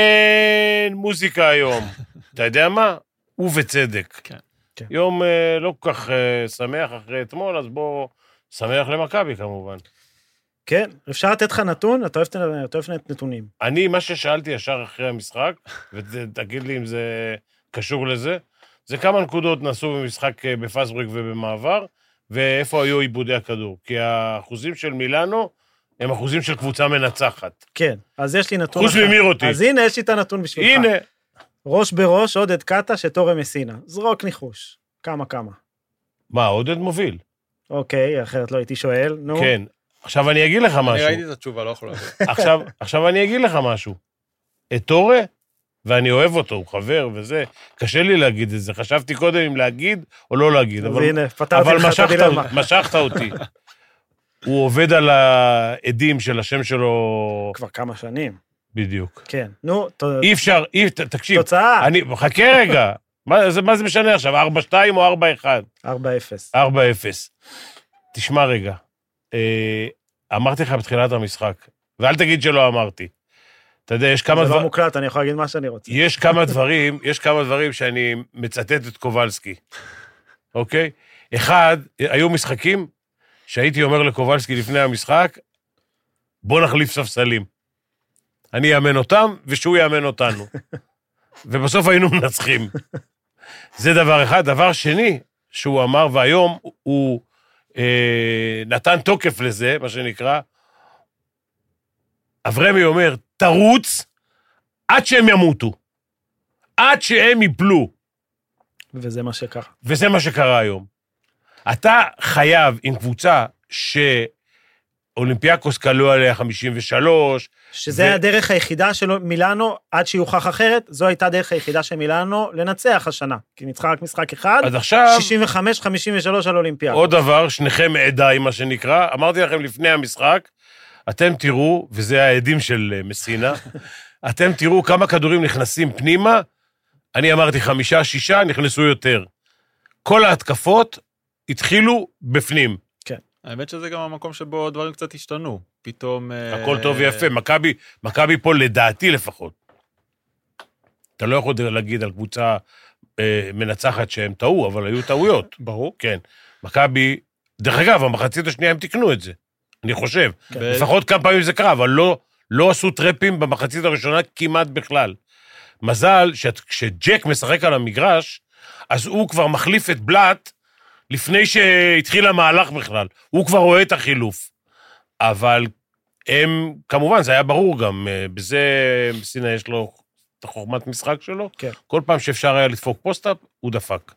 אין מוזיקה היום. אתה יודע מה? ובצדק. כן. כן. יום אה, לא כל כך אה, שמח אחרי אתמול, אז בוא... שמח למכבי כמובן. כן, אפשר לתת לך נתון? אתה אוהב את- אתה אוהב את נתונים. אני, מה ששאלתי ישר אחרי המשחק, ותגיד לי אם זה קשור לזה, זה כמה נקודות נעשו במשחק אה, בפסבורג ובמעבר, ואיפה היו עיבודי הכדור. כי האחוזים של מילאנו הם אחוזים של קבוצה מנצחת. כן, אז יש לי נתון חוץ אחר. ממירוטיץ'. אז הנה, יש לי את הנתון בשבילך. הנה, ראש בראש, עודד קאטה, שטורם מסינה. זרוק ניחוש. כמה כמה. מה, עודד מוביל. אוקיי, אחרת לא הייתי שואל, נו. כן. עכשיו אני אגיד לך אני משהו. ראיתי את התשובה, לא יכול להבין. עכשיו, עכשיו אני אגיד לך משהו. את טורה, ואני אוהב אותו, הוא חבר וזה, קשה לי להגיד את זה. חשבתי קודם אם להגיד או לא להגיד, אז אבל, הנה, פתרתי אבל לך את משכת, הדילמה. משכת אותי. הוא עובד על העדים של השם שלו כבר כמה שנים. בדיוק. כן. נו, ת- אי אפשר, אי, ת- תקשיב, תוצאה, אני, חכה רגע, מה זה, מה זה משנה עכשיו, 4-2 או 4-1? 4-0. 4-0. תשמע רגע, אה, אמרתי לך בתחילת המשחק, ואל תגיד שלא אמרתי. אתה יודע, יש כמה זה דבר- לא מוקלט, אני יכול להגיד מה שאני רוצה. יש כמה דברים, יש כמה דברים שאני מצטט את קובלסקי, אוקיי? אחד, היו משחקים שהייתי אומר לקובלסקי לפני המשחק, בוא נחליף ספסלים. אני אאמן אותם, ושהוא יאמן אותנו. ובסוף היינו מנצחים. זה דבר אחד. דבר שני, שהוא אמר, והיום הוא אה, נתן תוקף לזה, מה שנקרא, אברמי אומר, תרוץ, עד שהם ימותו, עד שהם ייפלו, וזה מה שקרה. וזה מה שקרה היום. אתה חייב עם קבוצה שאולימפיאקוס כלו עליה 53, שזה ו- הדרך היחידה של מילאנו, עד שיוכח אחרת, זו הייתה הדרך היחידה של מילאנו לנצח השנה. כי ניצחה רק משחק אחד, אז עכשיו 65-53 על אולימפיאדה. עוד דבר, שניכם עדיי, מה שנקרא, אמרתי לכם לפני המשחק, אתם תראו, וזה העדים של אה, מסינה, אתם תראו כמה כדורים נכנסים פנימה, אני אמרתי חמישה, שישה, נכנסו יותר. כל ההתקפות התחילו בפנים. האמת שזה גם המקום שבו דברים קצת השתנו. פתאום... אה, הכל טוב ויפה. מכבי, מכבי פה, לדעתי לפחות. אתה לא יכול להגיד על קבוצה אה, מנצחת שהם טעו, אבל היו טעויות. ברור. כן. מכבי, דרך אגב, המחצית השנייה הם תיקנו את זה, אני חושב. ב- כן. לפחות כמה פעמים זה קרה, אבל לא, לא עשו טרפים במחצית הראשונה כמעט בכלל. מזל שכשג'ק משחק על המגרש, אז הוא כבר מחליף את בלאט לפני שהתחיל המהלך בכלל. הוא כבר רואה את החילוף. אבל הם, כמובן, זה היה ברור גם, אה, בזה סינה יש לו את החוכמת משחק שלו. כן. כל פעם שאפשר היה לדפוק פוסט-אפ, הוא דפק.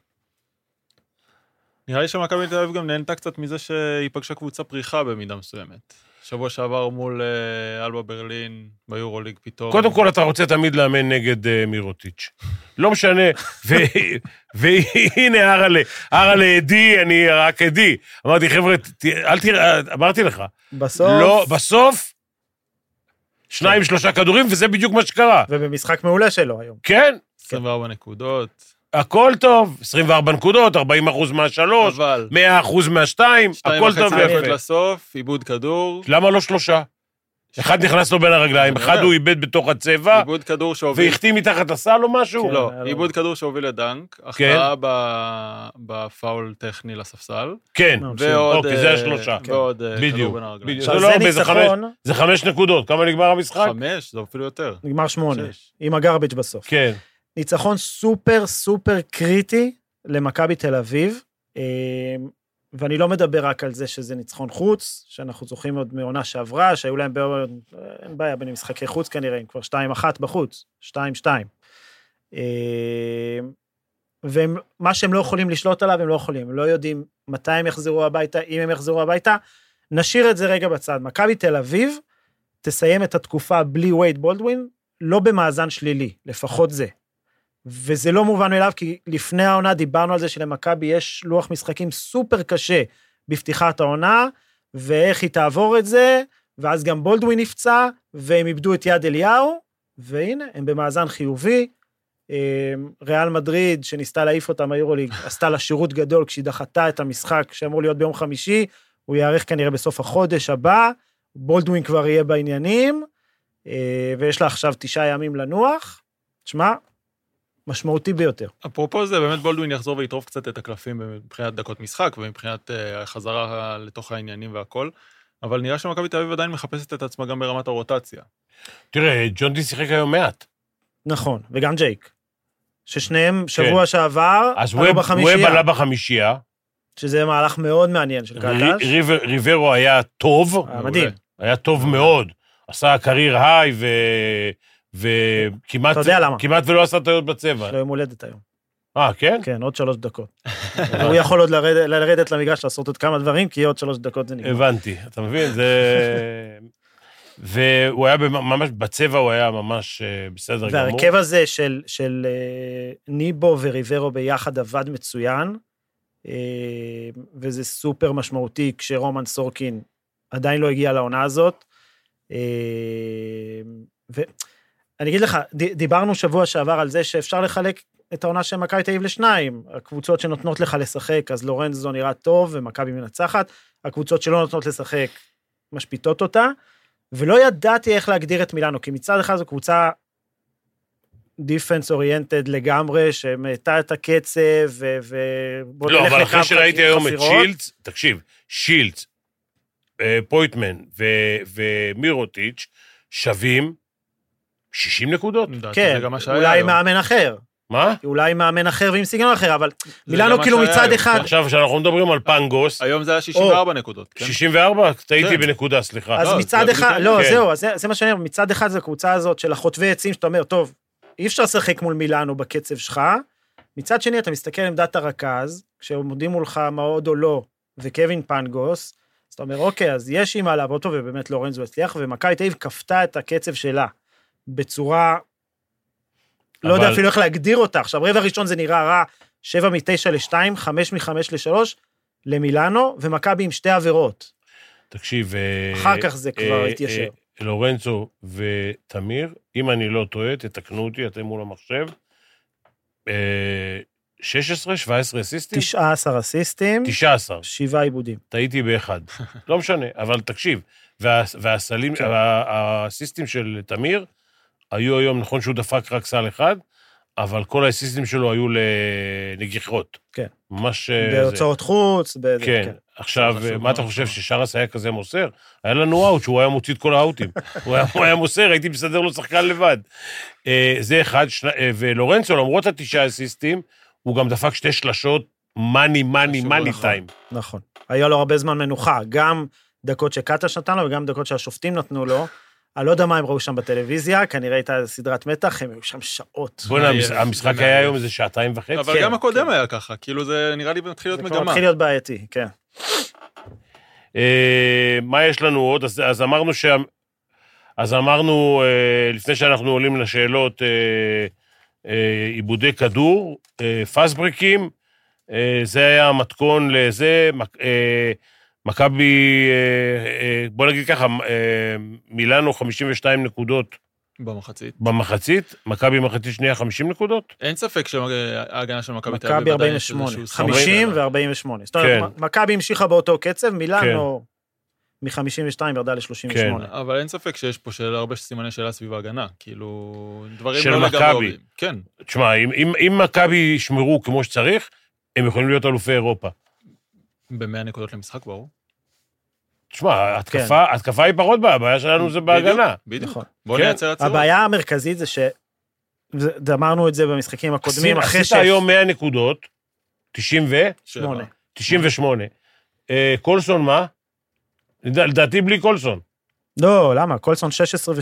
נראה לי שמכבי תל אביב גם נהנתה קצת מזה שהיא פגשה קבוצה פריחה במידה מסוימת. שבוע שעבר מול אה, אלבה ברלין, ביורוליג פתאום. קודם כל, אתה רוצה תמיד לאמן נגד אה, מירוטיץ'. לא משנה, ו- והנה אראלה, אראלה עדי, אני רק עדי. אמרתי, חבר'ה, ת- אל תראה, אמרתי לך, בסוף, לא, בסוף, שניים, שלושה כדורים, וזה בדיוק מה שקרה. ובמשחק מעולה שלו היום. כן, 24 נקודות, הכל טוב, 24 נקודות, 40 אחוז מהשלוש, אבל... 100 אחוז מהשתיים, שתיים לא, הכל טוב וחצי דקות ויפה. לסוף, עיבוד כדור. למה לא שלושה? אחד נכנס לו בין הרגליים, אני אחד אומר. הוא איבד בתוך הצבע, עיבוד כדור שהוביל... והחטיא מתחת לסל או משהו? כן. לא, היה לו- עיבוד כדור שהוביל לדנק, כן. הכרעה ב- בפאול טכני לספסל, כן. ממשיך. ועוד... אוקיי, אה, זה השלושה. ועוד אה, כדור בדיוק, בין הרגליים. בדיוק. עכשיו, זה לא הרבה, זה ניצחון, זה חמש נקודות, כמה נגמר המשחק? חמש, זה אפילו יותר. נגמר שמונה, שש. עם הגרביג' בסוף. כן. ניצחון סופר סופר קריטי למכבי תל אביב, אה, ואני לא מדבר רק על זה שזה ניצחון חוץ, שאנחנו זוכרים עוד מעונה שעברה, שהיו להם בעיות, אה, אין בעיה בין משחקי חוץ כנראה, הם כבר 2-1 בחוץ, 2-2. אה, ומה שהם לא יכולים לשלוט עליו, הם לא יכולים, הם לא יודעים מתי הם יחזרו הביתה, אם הם יחזרו הביתה. נשאיר את זה רגע בצד. מכבי תל אביב תסיים את התקופה בלי וייד בולדווין, לא במאזן שלילי, לפחות זה. וזה לא מובן מאליו, כי לפני העונה דיברנו על זה שלמכבי יש לוח משחקים סופר קשה בפתיחת העונה, ואיך היא תעבור את זה, ואז גם בולדווין נפצע, והם איבדו את יד אליהו, והנה, הם במאזן חיובי. אה, ריאל מדריד, שניסתה להעיף אותה מהיורוליג, עשתה לה שירות גדול כשהיא דחתה את המשחק שאמור להיות ביום חמישי, הוא ייערך כנראה בסוף החודש הבא, בולדווין כבר יהיה בעניינים, אה, ויש לה עכשיו תשעה ימים לנוח, תשמע, משמעותי ביותר. אפרופו זה, באמת בולדווין יחזור ויטרוף קצת את הקלפים מבחינת דקות משחק ומבחינת אה, החזרה לתוך העניינים והכל, אבל נראה שמכבי תל אביב עדיין מחפשת את עצמה גם ברמת הרוטציה. אה, תראה, ג'ון די שיחק היום מעט. נכון, וגם ג'ייק, ששניהם שבוע שעבר אז עלו ווב ווב בחמישייה, עלה בחמישייה, שזה מהלך מאוד מעניין של ר- קלטש. ריבר- ריברו היה טוב, אה, מדהים. היה טוב מאוד. עשה קרייר היי ו... וכמעט אתה יודע למה. כמעט ולא עשה טעויות בצבע. יש לו יום הולדת היום. אה, כן? כן, עוד שלוש דקות. כן, הוא יכול עוד לרדת- לרדת למגרש לעשות עוד כמה דברים, כי עוד שלוש דקות זה נגמר. הבנתי, אתה מבין? זה... והוא היה במ- ממש, בצבע הוא היה ממש אה, בסדר גמור. וההרכב הזה של, של אה, ניבו וריברו ביחד עבד מצוין, אה, וזה סופר משמעותי כשרומן סורקין עדיין לא הגיע לעונה הזאת. ואני אגיד לך, ד- דיברנו שבוע שעבר על זה שאפשר לחלק את העונה של מכבי תל אביב לשניים. הקבוצות שנותנות לך לשחק, אז לורנזו נראה טוב ומכבי מנצחת, הקבוצות שלא נותנות לשחק משפיטות אותה. ולא ידעתי איך להגדיר את מילאנו, כי מצד אחד זו קבוצה דיפנס אוריינטד לגמרי, שמאטה את הקצב, ו... ו- בוא לא, נלך אבל אחרי לקו שראיתי היום את חפירות. שילץ, תקשיב, שילץ, אה, פויטמן ו- ומירוטיץ' שווים 60 נקודות. כן, אולי מאמן אחר. מה? אולי מאמן אחר ועם סגנון אחר, אבל זה מילאנו גם מה כאילו שהיה מצד היום, כן. אחד... עכשיו, כשאנחנו מדברים על פנגוס, היום זה היה 64 נקודות, כן? 64? טעיתי כן. בנקודה, סליחה. אז לא, מצד זה אחד, בדיוק לא, כן. זהו, אז זה- זה מה שאני אומר, מצד אחד זו הקבוצה הזאת של החוטבי עצים, שאתה אומר, טוב, אי אפשר לשחק מול מילאנו בקצב שלך. מצד שני, אתה מסתכל על עמדת הרכז, כשעומדים מולך מה עוד או לא, וקווין פנגוס, אז אתה אומר, אוקיי, אז יש עם מה לעבוד פה, ובאמת לורנזו הצליח, ומכבי תל אביב כפתה את הקצב שלה בצורה... לא יודע אבל- אפילו איך להגדיר אותה. עכשיו, רבע ראשון זה נראה רע, 7 מ-9 ל-2, 5 מ-5 ל-3, למילאנו, ומכבי עם שתי עבירות. תקשיב... אה, אחר כך זה כבר אה, התיישר. אה, לורנצו ותמיר, אם אני לא טועה, תתקנו אותי, אתם מול המחשב. אה, 16, 17 אסיסטים? 19 אסיסטים, 19. שבעה עיבודים. טעיתי באחד. לא משנה, אבל תקשיב, וה- והסלים, כן. וה- האסיסטים של תמיר היו היום, נכון שהוא דפק רק סל אחד, אבל כל האסיסטים שלו היו לנגיחות. כן. ממש... אה, זה. בהוצאות חוץ, בזה, כן. כן. עכשיו, חשוב מה מאוד. אתה חושב, ששרס היה כזה מוסר? היה לנו אאוט שהוא היה מוציא את כל האאוטים. הוא היה- הוא היה מוסר, הייתי מסדר לו שחקן לבד. אה, זה אחד, שני- אה, ולורנצו, למרות התשעה אסיסטים, הוא גם דפק שתי שלשות מאני, מאני, חשוב, מאני נכון. טיים. נכון. היה לו הרבה זמן מנוחה, גם דקות שקטש נתן לו וגם דקות שהשופטים נתנו לו. אני לא יודע מה הם ראו שם בטלוויזיה, כנראה הייתה סדרת מתח, הם היו שם שעות. בוא'נה, המש- מעייף, המשחק זה היה מעייף. היום איזה שעתיים וחצי. אבל כן, גם הקודם כן. היה ככה, כאילו זה נראה לי מתחיל להיות זה כבר מגמה. מתחיל להיות בעייתי, כן. אה, מה יש לנו עוד? אז, אז אמרנו שה... אז אמרנו, אה, לפני שאנחנו עולים לשאלות, אה, אה, עיבודי כדור, אה, פסבריקים, אה, זה היה המתכון לזה, מק- אה, מכבי, אה, אה, בוא נגיד ככה, אה, מילאנו 52 נקודות במחצית. במחצית, מכבי מחצית שנייה 50 נקודות, אין ספק שההגנה של מכבי תל אביב... מכבי עדיין יש 48, איזשהו סוג 50 כן. של- ו-48. זאת אומרת, מכבי המשיכה באותו קצב, מילאנו כן. מ-52 ירדה ל-38. אבל אין ספק שיש פה של הרבה סימני שאלה סביב ההגנה, כאילו, דברים של לא לגמרי מכבי. ברורים. כן, תשמע, אם, אם, אם מכבי ישמרו כמו שצריך, הם יכולים להיות אלופי אירופה. ב-100 נקודות למשחק, ברור. תשמע, התקפה, כן. התקפה היא פחות בעיה, הבעיה שלנו זה בהגנה. בדיוק, בדיוק. נכון. בוא כן. נייצר עצירות. הבעיה המרכזית זה ש... זה- אמרנו את זה במשחקים הקודמים, עשית- אחרי ש... עשית היום 100 נקודות, 90 ו? שבע. שמונה. 98. אה, קולסון מה? לד- לדעתי בלי קולסון. לא, למה? קולסון 16 ו-6.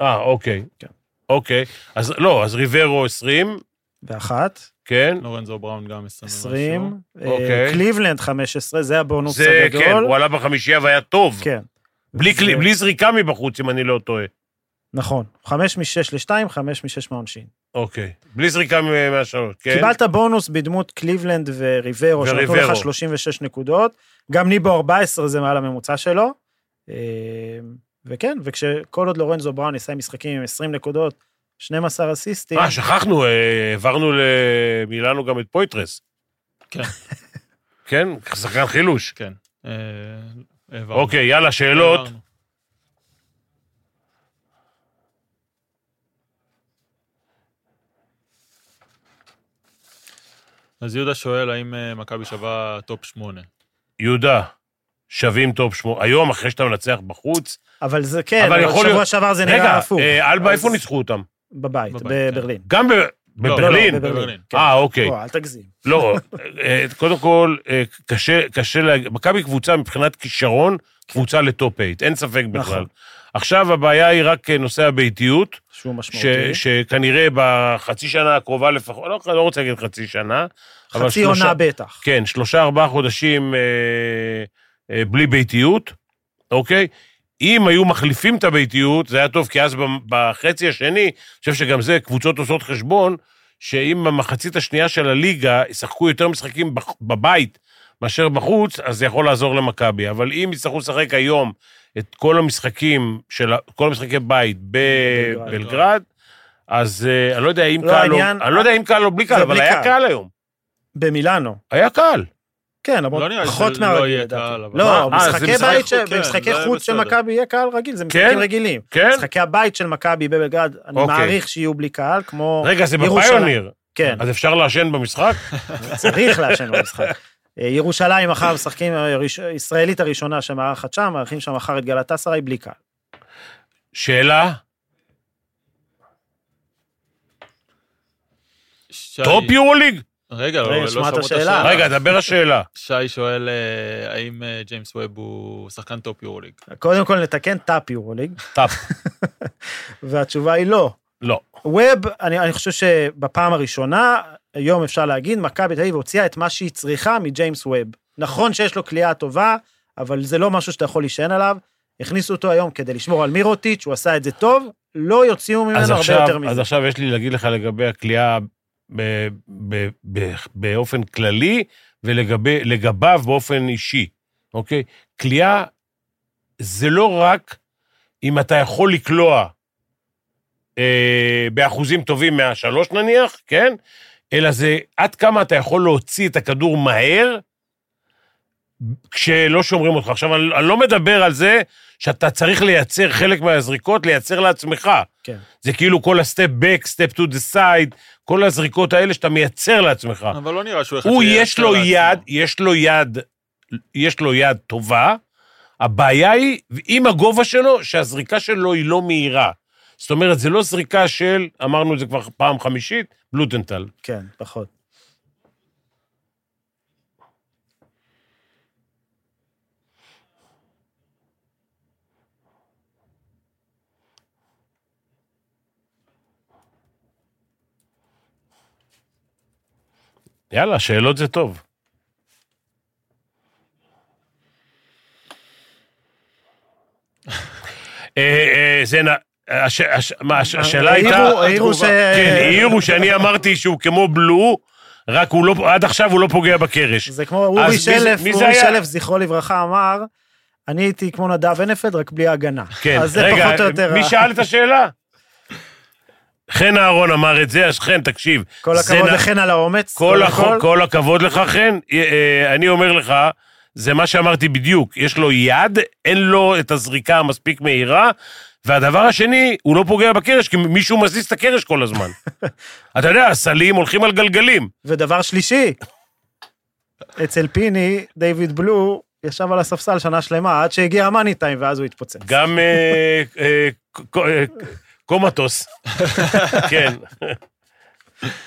אה, אוקיי. כן. אוקיי. אז לא, אז ריברו 20, ואחת, כן. לא, לורנזו בראון גם 20 20, ומשהו. אה, אוקיי. קליבלנד 15, זה הבונוס זה, הגדול. כן, הוא עלה בחמישייה והיה טוב. לא, כן. בלי, זה- קלי, בלי זריקה מבחוץ, אם אני לא טועה. נכון, 5 מ-6 ל-2, 5 מ-6 מהעונשין. אוקיי. בלי זריקה מ- מהשלוש, כן? קיבלת בונוס בדמות קליבלנד וריברו, שנתנו וריברו. לך 36 נקודות. גם ניבו 14 זה מעל הממוצע שלו. אה, וכן, וכשכל עוד לורנזו בראון ניסה עם משחקים עם 20 נקודות, 12 אסיסטים, אה, שכחנו, אה, העברנו למילאנו גם את פויטרס. כן. כן? שחקן חילוש. כן. אה, העברנו. כן. אוקיי, יאללה, שאלות. העברנו. אז יהודה שואל האם אה, מכבי שווה טופ שמונה. יהודה, שווים טופ שמונה. היום, אחרי שאתה מנצח בחוץ, אבל זה כן, אבל אבל יכול שבוע להיות- שעבר זה רגע, נראה הפוך. אה, אלבה, אז- איפה ניצחו אותם? בבית, בבית, כן. בברלין. גם ב- לא, בברלין. לא, בברלין. כן. אה, אוקיי. בוא, אל תגזים. לא, אה, קודם כל, אה, קשה, קשה להגיד, מכבי קבוצה מבחינת כישרון, קבוצה לטופ 8, אין ספק בכלל. כן. נכון. עכשיו הבעיה היא רק אה, נושא הביתיות, שהוא ש, משמעותי. שכנראה בחצי שנה הקרובה לפחות, לא, לא רוצה להגיד חצי שנה, אבל חצי שלושה- עונה בטח. כן, שלושה, ארבעה חודשים אה, אה, בלי ביתיות, אוקיי? אם היו מחליפים את הביתיות, זה היה טוב, כי אז במ- בחצי השני, אני חושב שגם זה, קבוצות עושות חשבון, שאם במחצית השנייה של הליגה ישחקו יותר משחקים בח- בבית מאשר בחוץ, אז זה יכול לעזור למכבי. אבל אם יצטרכו לשחק היום את כל המשחקים של, ה- כל המשחקי בית בבלגרד. בבלגרד, אז אה, אני לא יודע אם לא, קל או... העניין- אני לא יודע אם קל או בלי קל, זה אבל בלי היה קל. קל היום. במילאנו. היה קל. כן, למרות לא נראה לי פחות שזה לא מהרגיל, יהיה לדעתי. קהל, אבל- מה? לא, אה, זה משחקי משחק בית, חוץ, ש- כן, במשחקי זה היה חוץ של בסדר. מכבי יהיה קהל רגיל, זה כן? משחקים רגילים. כן? משחקי הבית של מכבי בבלגרד, אני אוקיי. מעריך שיהיו בלי קהל, כמו... רגע, זה ירושלים. בפיוניר. כן, אז אפשר לעשן במשחק? צריך לעשן במשחק. אה, ירושלים מחר משחקים, הראש- ישראלית הראשונה שמארחת שם, מארחים שם מחר את גלטסראי בלי קהל. שאלה, שי- טופ יורוליג? רגע, רגע, לא לא שמע את שמעו את השאלה. השאלה. רגע, דבר השאלה. שי שואל אה, האם אה, ג'יימס ווב הוא שחקן טופ יורוליג. קודם כל נתקן טאפ יורוליג, טאפ. והתשובה היא לא. לא. ווב, אני, אני חושב שבפעם הראשונה, היום אפשר להגיד, מכבי תל אביב הוציאה את מה שהיא צריכה מג'יימס ווב. נכון שיש לו כליאה טובה, אבל זה לא משהו שאתה יכול להישען עליו. הכניסו אותו היום כדי לשמור על מירוטיץ', הוא עשה את זה טוב, לא יוציאו ממנו אז הרבה עכשיו, יותר מזה. אז עכשיו יש לי להגיד לך לגבי הכלייה ב- ב- ב- באופן כללי, ולגביו באופן אישי, אוקיי? כליאה זה לא רק אם אתה יכול לקלוע אה, באחוזים טובים מהשלוש נניח, כן? אלא זה עד כמה אתה יכול להוציא את הכדור מהר כשלא שומרים אותך. עכשיו, אני, אני לא מדבר על זה שאתה צריך לייצר חלק מהזריקות, לייצר לעצמך. כן. זה כאילו כל הסטפ בק, סטפ טו דה סייד, כל הזריקות האלה שאתה מייצר לעצמך. אבל לא נראה שהוא אחד אה. הוא, שיהיה יש לו לעצמו. יד, יש לו יד, יש לו יד טובה. הבעיה היא, עם הגובה שלו, שהזריקה שלו היא לא מהירה. זאת אומרת, זה לא זריקה של, אמרנו את זה כבר פעם חמישית, בלוטנטל. כן, פחות. יאללה, שאלות זה טוב. אה, אה, זה נ... הש... הש... מה, הש... השאלה אה, העירו- הייתה... העירו ש- כן, העירו שאני אמרתי שהוא כמו בלו, רק הוא לא... עד עכשיו הוא לא פוגע בקרש. זה כמו אורי מי זה- שלף, מי זה אורי היה? שלף, זכרו לברכה, אמר, אני הייתי כמו נדב הנפלד, רק בלי הגנה. כן, אז זה רגע, פחות או יותר... מי ה- שאל את השאלה? חן אהרון אמר את זה, אז חן, תקשיב. כל זה הכבוד נ- לכן על האומץ. כל, קודם הכ... כל הכבוד לך, חן. אה, אה, אני אומר לך, זה מה שאמרתי בדיוק. יש לו יד, אין לו את הזריקה המספיק מהירה, והדבר השני, הוא לא פוגע בקרש, כי מישהו מזיז את הקרש כל הזמן. אתה יודע, הסלים הולכים על גלגלים. ודבר שלישי, אצל פיני, דיוויד בלו ישב על הספסל שנה שלמה עד שהגיע המאני טיים ואז הוא התפוצץ. גם אה, אה, ק- אה, קומטוס. כן.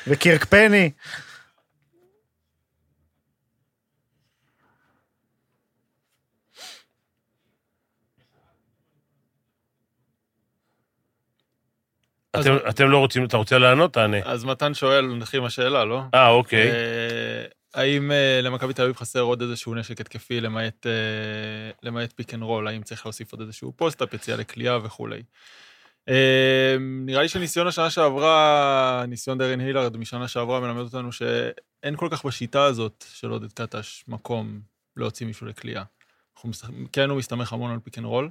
וקירק פני, אז- אתם- אתם לא רוצים, אתה רוצה לענות? תענה. אז מתן שואל, נתחיל עם השאלה, לא? אה, אוקיי. אה, האם אה, למכבי תל אביב חסר עוד איזשהו נשק התקפי למעט, אה, למעט פיק אנד רול? האם צריך להוסיף עוד איזשהו פוסט-אפ, יציאה לכלייה וכולי? אה, נראה לי שניסיון השנה שעברה, ניסיון דרן הילארד משנה שעברה מלמד אותנו שאין כל כך בשיטה הזאת של עודד קטש מקום להוציא מישהו לכלייה. אנחנו מס- כן, הוא מסתמך המון על פיק אנד רול,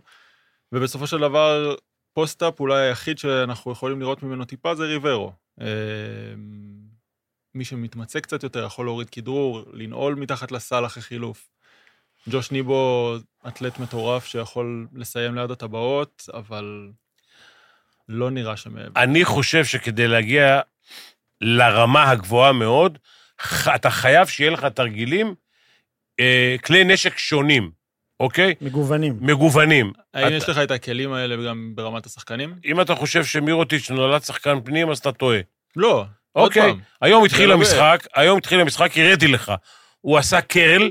ובסופו של דבר, פוסט-אפ אולי היחיד שאנחנו יכולים לראות ממנו טיפה זה ריברו. אה, מי שמתמצא קצת יותר יכול להוריד כדרור, לנעול מתחת לסל אחרי חילוף. ג'וש ניבו, אתלט מטורף שיכול לסיים ליד הטבעות, אבל לא נראה שמעבר. אני חושב שכדי להגיע לרמה הגבוהה מאוד, ח- אתה חייב שיהיה לך תרגילים, אה, כלי נשק שונים, אוקיי? מגוונים. מגוונים. האם אה, אתה- יש לך את הכלים האלה גם ברמת השחקנים? אם אתה חושב שמירוטיץ' נולד שחקן פנים, אז אתה טועה. לא. עוד אוקיי, פעם. היום התחיל לא המשחק, היום התחיל המשחק, הראיתי לך. הוא עשה קרל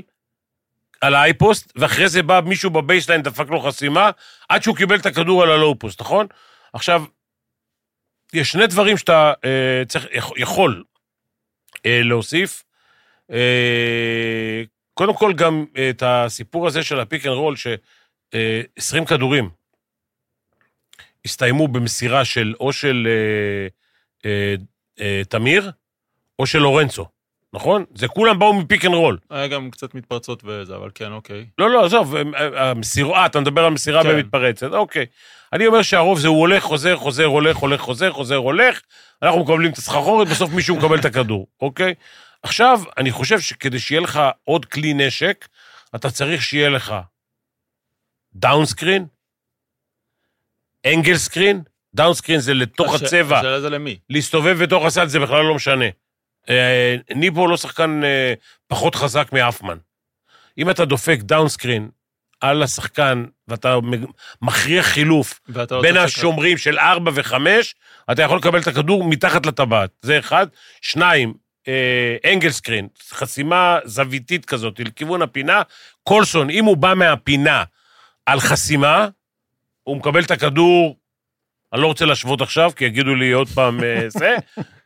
על האייפוסט, ואחרי זה בא מישהו בבייסליין, דפק לו חסימה, עד שהוא קיבל את הכדור על הלואו-פוסט, נכון? עכשיו, יש שני דברים שאתה אה, צריך, יכ- יכול אה, להוסיף. אה, קודם כל, גם אה, את הסיפור הזה של הפיק אנד רול, ש-20 כדורים הסתיימו במסירה של, או של אה, אה, אה, תמיר או של לורנצו, נכון? זה כולם באו מפיק אנד רול. היה גם קצת מתפרצות וזה, אבל כן, אוקיי. לא, לא, עזוב, הם- אה, המסירה, אה, אתה מדבר על מסירה כן. במתפרצת, אוקיי. אני אומר שהרוב זה הוא הולך, חוזר, חוזר, הולך, הולך, חוזר, חוזר, הולך, אנחנו מקבלים את הסחרחורת, בסוף מישהו מקבל את הכדור, אוקיי? עכשיו, אני חושב שכדי שיהיה לך עוד כלי נשק, אתה צריך שיהיה לך דאונסקרין, אנגל סקרין, דאונסקרין זה לתוך הש- הצבע. השאלה זה למי. להסתובב בתוך הסל זה בכלל לא משנה. אה, ניבו לא שחקן אה, פחות חזק מאפמן. אם אתה דופק דאונסקרין על השחקן ואתה מג- מכריח חילוף ואתה לא בין צריך לשחק. השומרים של 4 ו-5, אתה יכול לקבל את הכדור מתחת לטבעת. זה אחד. שניים, אה, אנגל סקרין, חסימה זוויתית כזאת, לכיוון הפינה. קולסון, אם הוא בא מהפינה על חסימה, הוא מקבל את הכדור, אני לא רוצה להשוות עכשיו, כי יגידו לי עוד פעם אה, זה,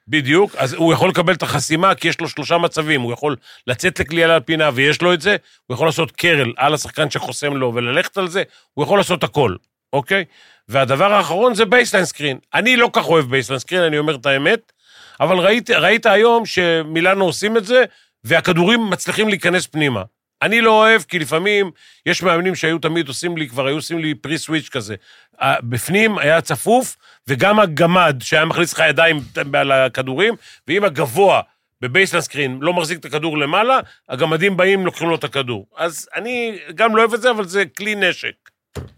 בדיוק, אז הוא יכול לקבל את החסימה, כי יש לו שלושה מצבים, הוא יכול לצאת לקליעה על הפינה ויש לו את זה, הוא יכול לעשות קרל על השחקן שחוסם לו וללכת על זה, הוא יכול לעשות הכל, אוקיי? והדבר האחרון זה בייסליין סקרין. אני לא כך אוהב בייסליין סקרין, אני אומר את האמת, אבל ראית, ראית היום שמילאנו עושים את זה, והכדורים מצליחים להיכנס פנימה. אני לא אוהב, כי לפעמים יש מאמנים שהיו תמיד עושים לי, כבר היו עושים לי פרי סוויץ' כזה. אה, בפנים היה צפוף, וגם הגמד שהיה מכניס לך ידיים על הכדורים, ואם הגבוה בבייסלנד סקרין לא מחזיק את הכדור למעלה, הגמדים באים, לוקחים לו את הכדור. אז אני גם לא אוהב את זה, אבל זה כלי נשק.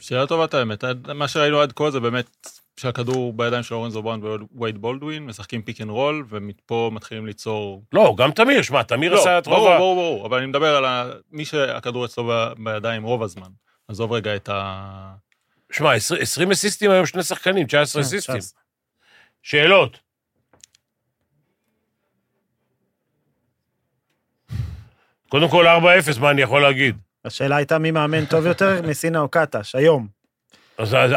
שאלה טובה את האמת. עד- מה שראינו עד כה זה באמת שהכדור בידיים של אורן זובראן ווייד בולדווין, משחקים פיק אנד רול, ומפה מתחילים ליצור... לא, גם תמיר, שמע, תמיר לא, עשה את רוב ברור, ה... ברור, ברור, אבל אני מדבר על ה- מי שהכדור אצלו ב- בידיים רוב הזמן. עזוב רגע את ה... שמע, 20 20 אסיסטים היום שני שחקנים, 19 כן, אסיסטים. 19. שאלות. קודם כל 4-0, מה אני יכול להגיד? השאלה הייתה מי מאמן טוב יותר, מסינה או קטש, היום. אז אז 4-0.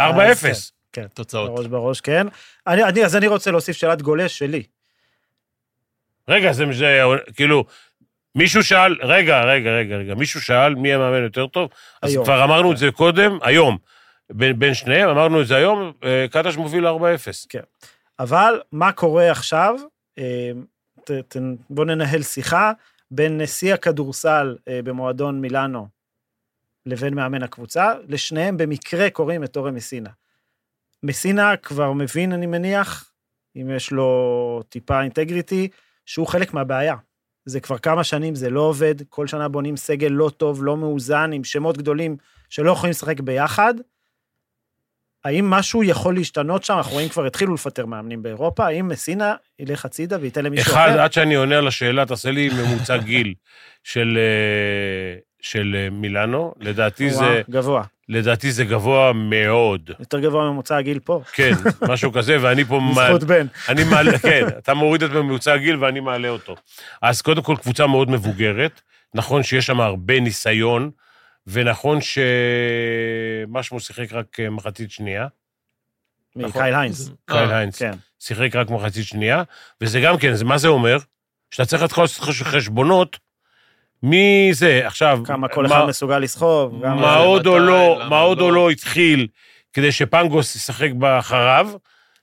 כן, תוצאות. בראש בראש, כן. אני, אני, אז אני רוצה להוסיף שאלת גולש שלי. רגע, זה, זה כאילו, מישהו שאל, רגע, רגע, רגע, רגע, מישהו שאל מי המאמן יותר טוב, אז היום. כן. כבר אמרנו את זה קודם, היום. בין, בין שניהם, אמרנו את זה היום, אה, קטש מוביל 4-0. אבל מה קורה עכשיו? אה, ת, ת, בואו ננהל שיחה בין נשיא הכדורסל אה, במועדון מילאנו לבין מאמן הקבוצה, לשניהם במקרה קוראים את אורן מסינה. מסינה כבר מבין, אני מניח, אם יש לו טיפה אינטגריטי, שהוא חלק מהבעיה. זה כבר כמה שנים, זה לא עובד, כל שנה בונים סגל לא טוב, לא מאוזן, עם שמות גדולים שלא יכולים לשחק ביחד. האם משהו יכול להשתנות שם? אנחנו רואים כבר התחילו לפטר מאמנים באירופה, האם מסינה ילך הצידה וייתן למישהו אחד, אחר? עד שאני עונה על השאלה, תעשה לי ממוצע גיל של, אה, של אה, מילאנו. לדעתי זה, וואו, גבוה. לדעתי זה גבוע מאוד. יותר גבוה מממוצע הגיל פה, כן, משהו כזה, ואני פה... מעל- בזכות בן. אני מעלה, כן, אתה מוריד את ממוצע הגיל ואני מעלה אותו. אז קודם כל, קבוצה מאוד מבוגרת. נכון שיש שם הרבה ניסיון, ונכון שמשמו שיחק רק אה, מחצית שנייה, נכון. מקייל היינס. קייל אה, היינץ. כן. שיחק רק מחצית שנייה, וזה גם כן, זה, מה זה אומר? שאתה צריך להתחיל לעשות חש- חשבונות מי זה, עכשיו... כמה כל מה- אחד מסוגל לסחוב. גם- מה עוד או מתי, לא, למה מה עוד או לא. לא התחיל כדי שפנגוס ישחק אחריו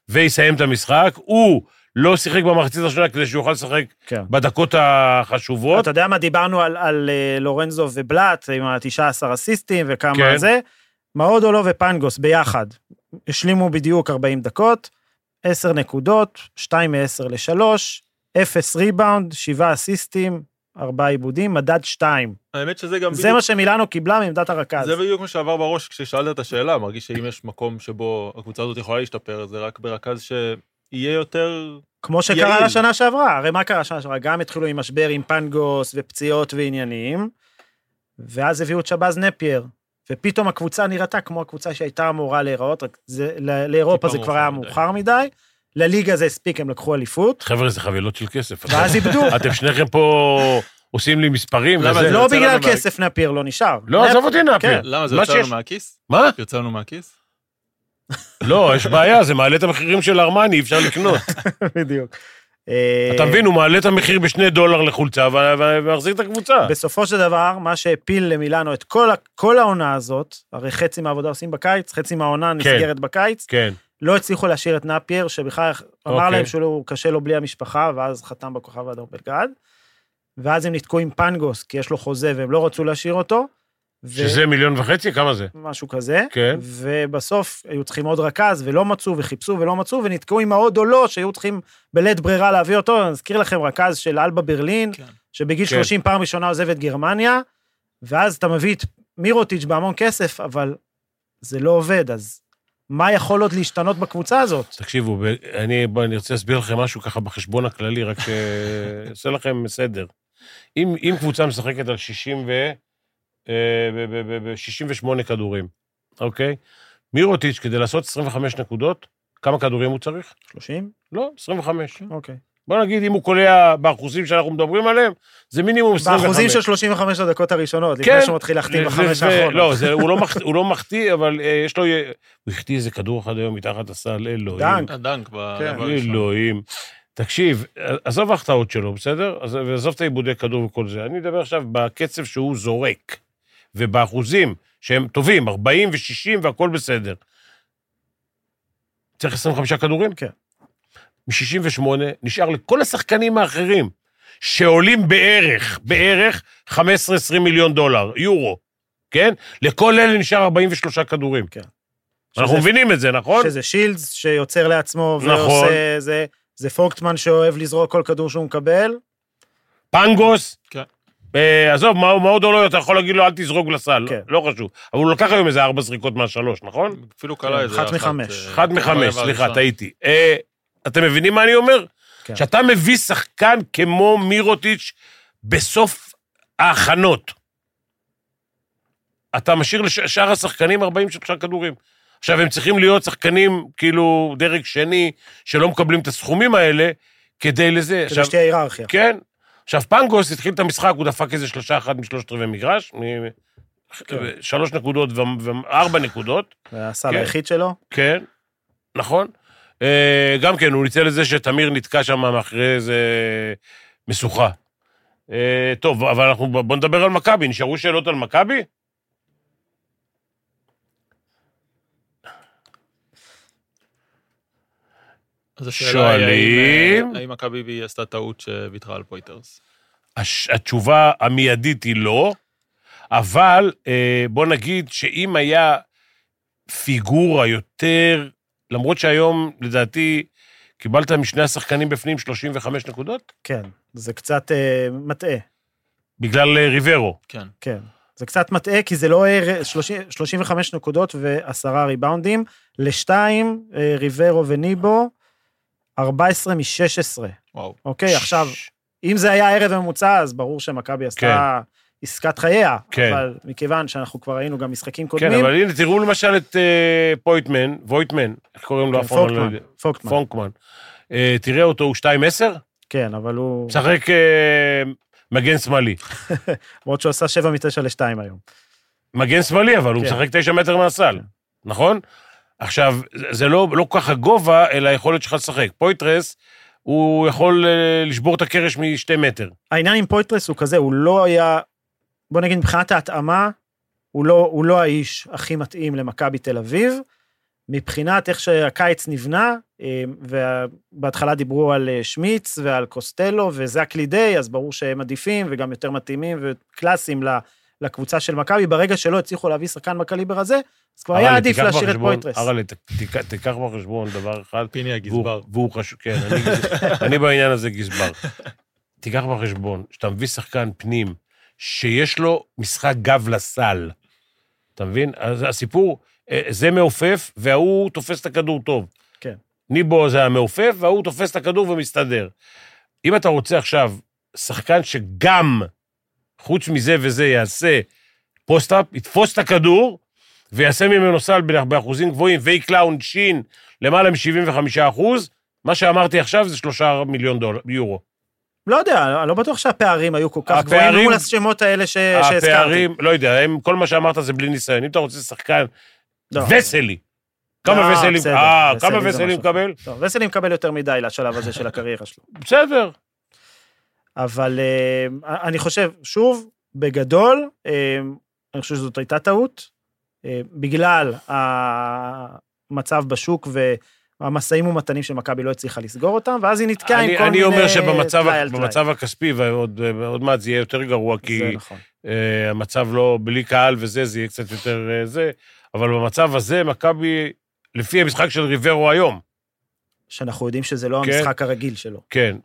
ויסיים את המשחק, הוא לא שיחק במחצית הראשונה כדי שהוא יוכל לשחק כן. בדקות החשובות. אתה יודע מה, דיברנו על, על אה, לורנזו ובלאט עם ה-19 אסיסטים וכמה כן. כן. זה. מאודולו ופנגוס ביחד השלימו בדיוק 40 דקות, 10 נקודות, 2 מ-10 ל-3, 0 ריבאונד, 7 אסיסטים, 4 עיבודים, מדד 2. האמת שזה גם זה בדיוק- מה שמילאנו קיבלה מעמדת הרכז. זה בדיוק מה שעבר בראש כששאלת את השאלה, מרגיש שאם יש מקום שבו הקבוצה הזאת יכולה להשתפר, זה רק ברכז יהיה יותר... כמו שקרה יעיל. לשנה שעברה, הרי מה קרה לשנה שעברה? גם התחילו עם משבר עם פנגוס ופציעות ועניינים, ואז הביאו את שבאז נפייר, ופתאום הקבוצה נראתה כמו הקבוצה שהייתה אמורה להיראות, רק זה, לא- לאירופה טיפה זה כבר היה מאוחר מדי. מאוחר מדי, לליגה זה הספיק, הם לקחו אליפות, חבר'ה, זה חבילות של כסף. ואז איבדו. אתם שניכם פה עושים לי מספרים למה, וזה. זה לא יוצא בגלל לנו מה- כסף נפיר לא נשאר. לא, עזוב אותי נאפיר. כן. למה, זה מה יוצא לנו שיש- מהכיס? מה? יוצא לנו מהכיס? לא, יש בעיה, זה מעלה את המחירים של ארמני, אי אפשר לקנות. בדיוק. אה, אתה מבין, הוא מעלה את המחיר בשני דולר לחולצה ו- ו- ומחזיק את הקבוצה. בסופו של דבר, מה שהפיל למילאנו את כל, ה- כל העונה הזאת, הרי חצי מהעבודה עושים בקיץ, חצי מהעונה נסגרת בקיץ, כן. לא הצליחו להשאיר את נפייר, שבכלל אמר אוקיי. להם שהוא לא- קשה לו בלי המשפחה, ואז חתם בכוכב האדום בלגרד. ואז הם נתקעו עם פנגוס, כי יש לו חוזה והם לא רצו להשאיר אותו. ו- שזה מיליון וחצי? כמה זה? משהו כזה. כן. ובסוף היו צריכים עוד רכז, ולא מצאו, וחיפשו ולא מצאו, ונתקעו עם ההוד או לא, שהיו צריכים בלית ברירה להביא אותו. אני אזכיר לכם רכז של אלבה ברלין, כן. שבגיל כן. 30 פעם ראשונה עוזב את גרמניה, ואז אתה מביא את מירוטיץ' בהמון כסף, אבל זה לא עובד, אז מה יכול עוד להשתנות בקבוצה הזאת? תקשיבו, ב- אני, בוא, אני רוצה להסביר לכם משהו ככה בחשבון הכללי, רק שעושה לכם סדר. אם, אם קבוצה משחקת על 60 ו... אה, ב- ב- ב- ב- 68 כדורים, אוקיי? מירוטיץ', כדי לעשות 25 נקודות, כמה כדורים הוא צריך? 30? לא, 25. אוקיי. בוא נגיד, אם הוא קולע באחוזים שאנחנו מדברים עליהם, זה מינימום 25. באחוזים של 35 הדקות הראשונות, כן. לפני שהוא מתחיל להחתים בחמש זה- זה- האחרונות. לא, זה- הוא לא מח- הוא לא מחטיא, אבל אה, יש לו... הוא החטיא איזה כדור אחד היום מתחת לסל, אה, לא, אלוהים. דנק. הדנק כן. ברבע כאילו, הראשון. אלוהים. תקשיב, עזוב ההחטאות שלו, בסדר? אז- ועזוב את העיבודי כדור וכל זה. אני מדבר עכשיו בקצב שהוא זורק, ובאחוזים שהם טובים, 40 ו-60 והכול בסדר. צריך 25 כדורים? כן. מ-68 נשאר לכל השחקנים האחרים, שעולים בערך, בערך 15-20 מיליון דולר, יורו, כן? לכל אלה נשאר 43 כדורים. כן. אנחנו שזה- מבינים את זה, נכון? שזה שילדס שיוצר לעצמו נכון. ועושה זה, זה פונקטמן שאוהב לזרוק כל כדור שהוא מקבל, פנגוס. כן. אה, עזוב, מה מה עוד או לא, אתה יכול להגיד לו, אל תזרוק לסל, כן. לא חשוב. אבל הוא לקח היום איזה ארבע זריקות מהשלוש, נכון? אפילו קלה איזה... אחת מחמש. אה, אחד מחמש, ברבע סליחה, הראשון. טעיתי. אה, אתם מבינים מה אני אומר? כן. שאתה מביא שחקן כמו מירוטיץ' בסוף ההכנות. אתה משאיר לשאר השחקנים 43 כדורים. עכשיו, הם צריכים להיות שחקנים, כאילו, דרג שני, שלא מקבלים את הסכומים האלה, כדי לזה. כדי שתהיה היררכיה. כן. עכשיו, פנגוס התחיל את המשחק, הוא דפק איזה שלושה אחת משלושת רבעי מגרש, מ- כן. שלוש נקודות ו- וארבע נקודות, זה הסל כן. היחיד שלו. כן, נכון. אה, גם כן, הוא ניצל את זה שתמיר נתקע שם מאחורי איזה משוכה. אה, טוב, אבל אנחנו, בוא נדבר על מכבי, נשארו שאלות על מכבי? אז השאלה היא האם, שואלים. אה, האם מכבי בי עשתה טעות שוויתרה על פויטרס? הש, התשובה המיידית היא לא, אבל אה, בוא נגיד שאם היה פיגורה יותר, למרות שהיום, לדעתי, קיבלת משני השחקנים בפנים 35 נקודות, כן, זה קצת אה, מטעה, בגלל אה, ריברו. כן. כן. זה קצת מטעה, כי זה לא אה, 30 35 נקודות ועשרה ריבאונדים, לשתיים, אה, ריברו וניבו, 14 מ-16. וואו. אוקיי, עכשיו, אם זה היה ערב ממוצע, אז ברור שמכבי עשתה עסקת חייה. כן. אבל מכיוון שאנחנו כבר ראינו גם משחקים כן, קודמים, אבל הנה, תראו למשל את אה, פויטמן, וויטמן, איך קוראים לו? כן, אף פעם אני לא פונקמן, יודע. פונקמן. פונקמן. אה, תראה אותו, הוא 2-10? כן, אבל הוא... משחק אה, מגן שמאלי. למרות שהוא עשה 7 מ-9 ל-2 היום. מגן שמאלי, אבל הוא כן. משחק תשע מטר מהסל, נכון? עכשיו, זה- זה לא לא כל כך הגובה, אלא היכולת שלך לשחק. פויטרס, הוא יכול אה, לשבור את הקרש משתי מטר. העניין עם פויטרס הוא כזה, הוא לא היה... בוא נגיד, מבחינת ההתאמה, הוא לא, הוא לא האיש הכי מתאים למכבי תל אביב. מבחינת איך שהקיץ נבנה, אה, ובהתחלה דיברו על אה, שמיץ ועל קוסטלו וזקלי דיי, אז ברור שהם עדיפים וגם יותר מתאימים וקלאסיים ל- לקבוצה של מכבי. ברגע שלא הצליחו להביא שחקן בקליבר הזה, אז כבר היה אראלה, עדיף תיקח להשאיר את בחשבון- פויטרס. אראלה, ת- תיקח- תיקח בחשבון דבר אחד, פיני והוא- הגזבר. והוא חשוב, כן, אני גז- אני בעניין הזה גזבר. תיקח בחשבון, כשאתה מביא שחקן פנים, שיש לו משחק גב לסל, אתה מבין? אז הסיפור, אה, זה מעופף, וההוא תופס את הכדור טוב. כן. ניבו זה המעופף, וההוא תופס את הכדור ומסתדר. אם אתה רוצה עכשיו שחקן שגם, חוץ מזה וזה, יעשה פוסט-אפ, יתפוס את הכדור, ויעשה ממנו סל בנ- באחוזים גבוהים, ויקלע עונשין למעלה מ-75 אחוז, מה שאמרתי עכשיו זה שלושה מיליון דולר, יורו. לא יודע, אני לא בטוח שהפערים היו כל כך גבוהים הפערים- מול השמות האלה ש- אה, שהזכרתי. הפערים, לא יודע, הם, כל מה שאמרת זה בלי ניסיון. אם אתה רוצה שחקן, לא. וסלי. כמה אה, וסלי, בסדר, אה, וסלי כמה זה וסלי משהו. מקבל? טוב, וסלי מקבל יותר מדי לשלב הזה של הקריירה שלו. בסדר. אבל אה, אני חושב, שוב, בגדול, אה, אני חושב שזאת הייתה טעות, אה, בגלל המצב בשוק והמשאים ומתנים שמכבי לא הצליחה לסגור אותם, ואז היא נתקעה עם אני, כל מיני אני אומר שבמצב טלאי על טלאי. במצב הכספי, ועוד עוד מעט זה יהיה יותר גרוע, כי זה נכון. אה, המצב לא, בלי קהל וזה, זה יהיה קצת יותר אה, זה, אבל במצב הזה, מכבי, לפי המשחק של ריברו היום, שאנחנו יודעים שזה לא כן. המשחק הרגיל שלו, כן,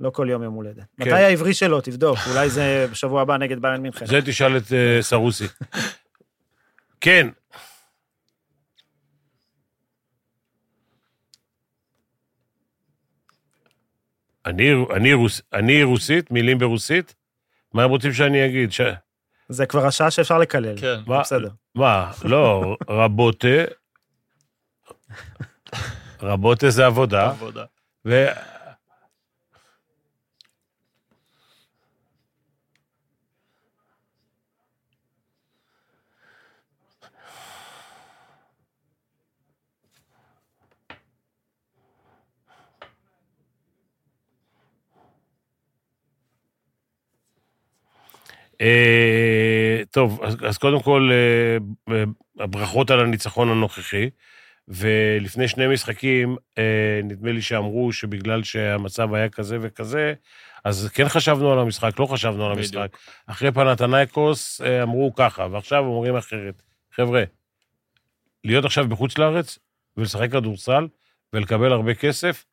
לא כל יום יום הולדת. כן. מתי העברי שלו? תבדוק, אולי זה בשבוע הבא נגד ביירן מינכן. זה תשאל את אה, סרוסי. כן. אני, אני, רוס, אני רוסית, מילים ברוסית? מה הם רוצים שאני אגיד? ש... זה כבר השעה שאפשר לקלל. כן. זה מה, בסדר. מה, לא, רבותה, רבותה זה עבודה, עבודה. ו... אה, טוב, אז, אז קודם כל, אה, אה, הברכות על הניצחון הנוכחי, ולפני שני משחקים, אה, נדמה לי שאמרו שבגלל שהמצב היה כזה וכזה, אז כן חשבנו על המשחק, לא חשבנו על המשחק. בדיוק. אחרי פנתנייקוס אה, אמרו ככה, ועכשיו אומרים אחרת. חבר'ה, להיות עכשיו בחוץ לארץ ולשחק כדורסל ולקבל הרבה כסף,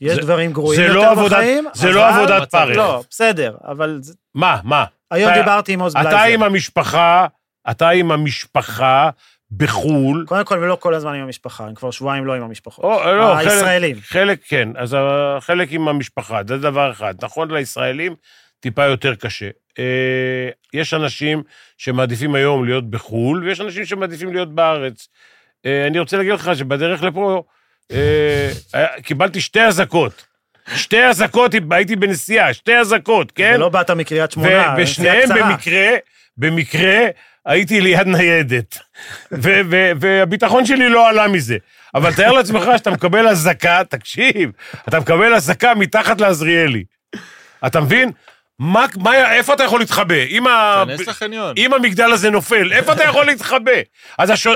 יש זה- דברים גרועים זה יותר לא עבודה- בחיים, זה אבל- לא עבודת מצב- פרך. לא, בסדר, אבל זה- מה, מה? היום אתה- דיברתי עם עוז אתה בלייזר. עם המשפחה, אתה עם המשפחה בחו"ל. קודם כל, ולא כל הזמן עם המשפחה, אני כבר שבועיים לא עם המשפחות. או, לא, חלק, הישראלים. חלק כן, אז חלק עם המשפחה, זה דבר אחד. נכון לישראלים, טיפה יותר קשה. אה, יש אנשים שמעדיפים היום להיות בחו"ל, ויש אנשים שמעדיפים להיות בארץ. אה, אני רוצה להגיד לך שבדרך לפה אה, היה- קיבלתי שתי אזעקות. שתי אזעקות, הייתי בנסיעה, שתי אזעקות, כן? ולא באת מקריית שמונה, ובשניהם נסיעה קצרה. במקרה, במקרה, הייתי ליד ניידת. ו- ו- והביטחון שלי לא עלה מזה. אבל תאר לעצמך שאתה מקבל אזעקה, תקשיב, אתה מקבל אזעקה מתחת לעזריאלי. אתה מבין? מה, מה, איפה אתה יכול להתחבא? אם, ה... תיכנס לחניון. אם המגדל הזה נופל, איפה אתה יכול להתחבא? אז, הש...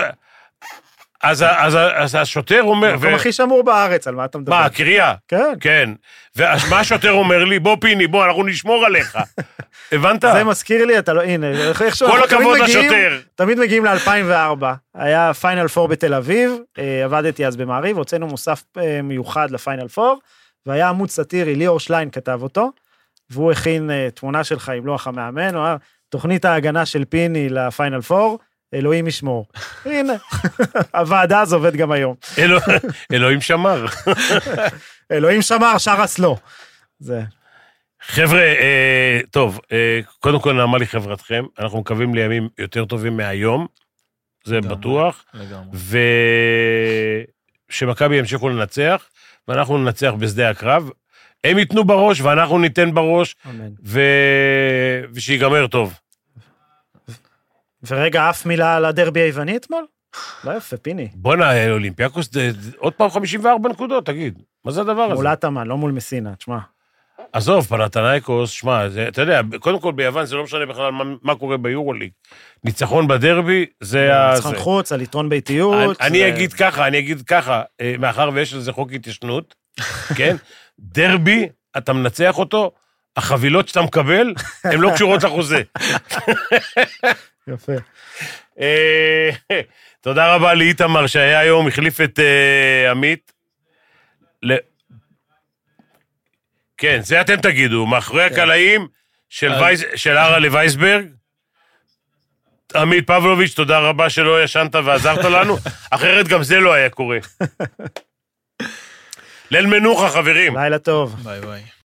אז, ה- אז, ה- אז השוטר אומר... המקום ו- הכי שמור בארץ, על מה אתה מדבר? מה, הקריאה? כן, כן. ואז מה השוטר אומר לי? בוא, פיני, בוא, אנחנו נשמור עליך. הבנת? זה מזכיר לי, אתה לא, הנה, איך- איכשהו... כל אנחנו תמיד הכבוד מגיעים- לשוטר. תמיד מגיעים ל-2004, היה פיינל פור בתל אביב, אה, עבדתי אז במעריב, הוצאנו מוסף אה, מיוחד לפיינל פור, והיה עמוד סאטירי, ליאור שליין כתב אותו, והוא הכין אה, תמונה שלך עם לוח המאמן, הוא אמר, תוכנית ההגנה של פיני לפיינל פור, אלוהים ישמור. הנה, הוועדה הזו עובד גם היום. אלוה- אלוהים שמר. אלוהים שמר, שרס לא. זה, חבר'ה, אה, טוב, אה, קודם כל נעמה לי חברתכם, אנחנו מקווים לימים יותר טובים מהיום, זה גם. בטוח, לגמרי. ושמכבי ימשיכו לנצח, ואנחנו ננצח בשדה הקרב. הם ייתנו בראש ואנחנו ניתן בראש, אמן. ו... ושיגמר טוב. ורגע, אף מילה על הדרבי היווני אתמול? לא יפה, פיני. בואנה, אולימפיאקוס, זה- זה- עוד פעם 54 נקודות, תגיד. מה זה הדבר הזה? מול אטאמן, לא מול מסינה, תשמע. עזוב, פנתנייקוס, שמע, זה- אתה יודע, קודם כל ביוון זה לא משנה בכלל מה, מה קורה ביורוליג. ניצחון בדרבי, זה ה... ניצחון אה, זה. חוץ, על יתרון ביתיות. אני, אני זה- אגיד ככה, אני אגיד ככה, אה, מאחר ויש לזה חוק התיישנות, כן? דרבי, אתה מנצח אותו, החבילות שאתה מקבל, הן לא קשורות לחוזה. יפה. אה, תודה רבה לאיתמר שהיה היום, החליף את אה, עמית. ל- כן, זה אתם תגידו, מאחורי הקלעים של אז- וייס- של הרלה וייסברג. עמית פבלוביץ', תודה רבה שלא ישנת ועזרת לנו, אחרת גם זה לא היה קורה. ליל מנוחה, חברים. לילה טוב. ביי ביי.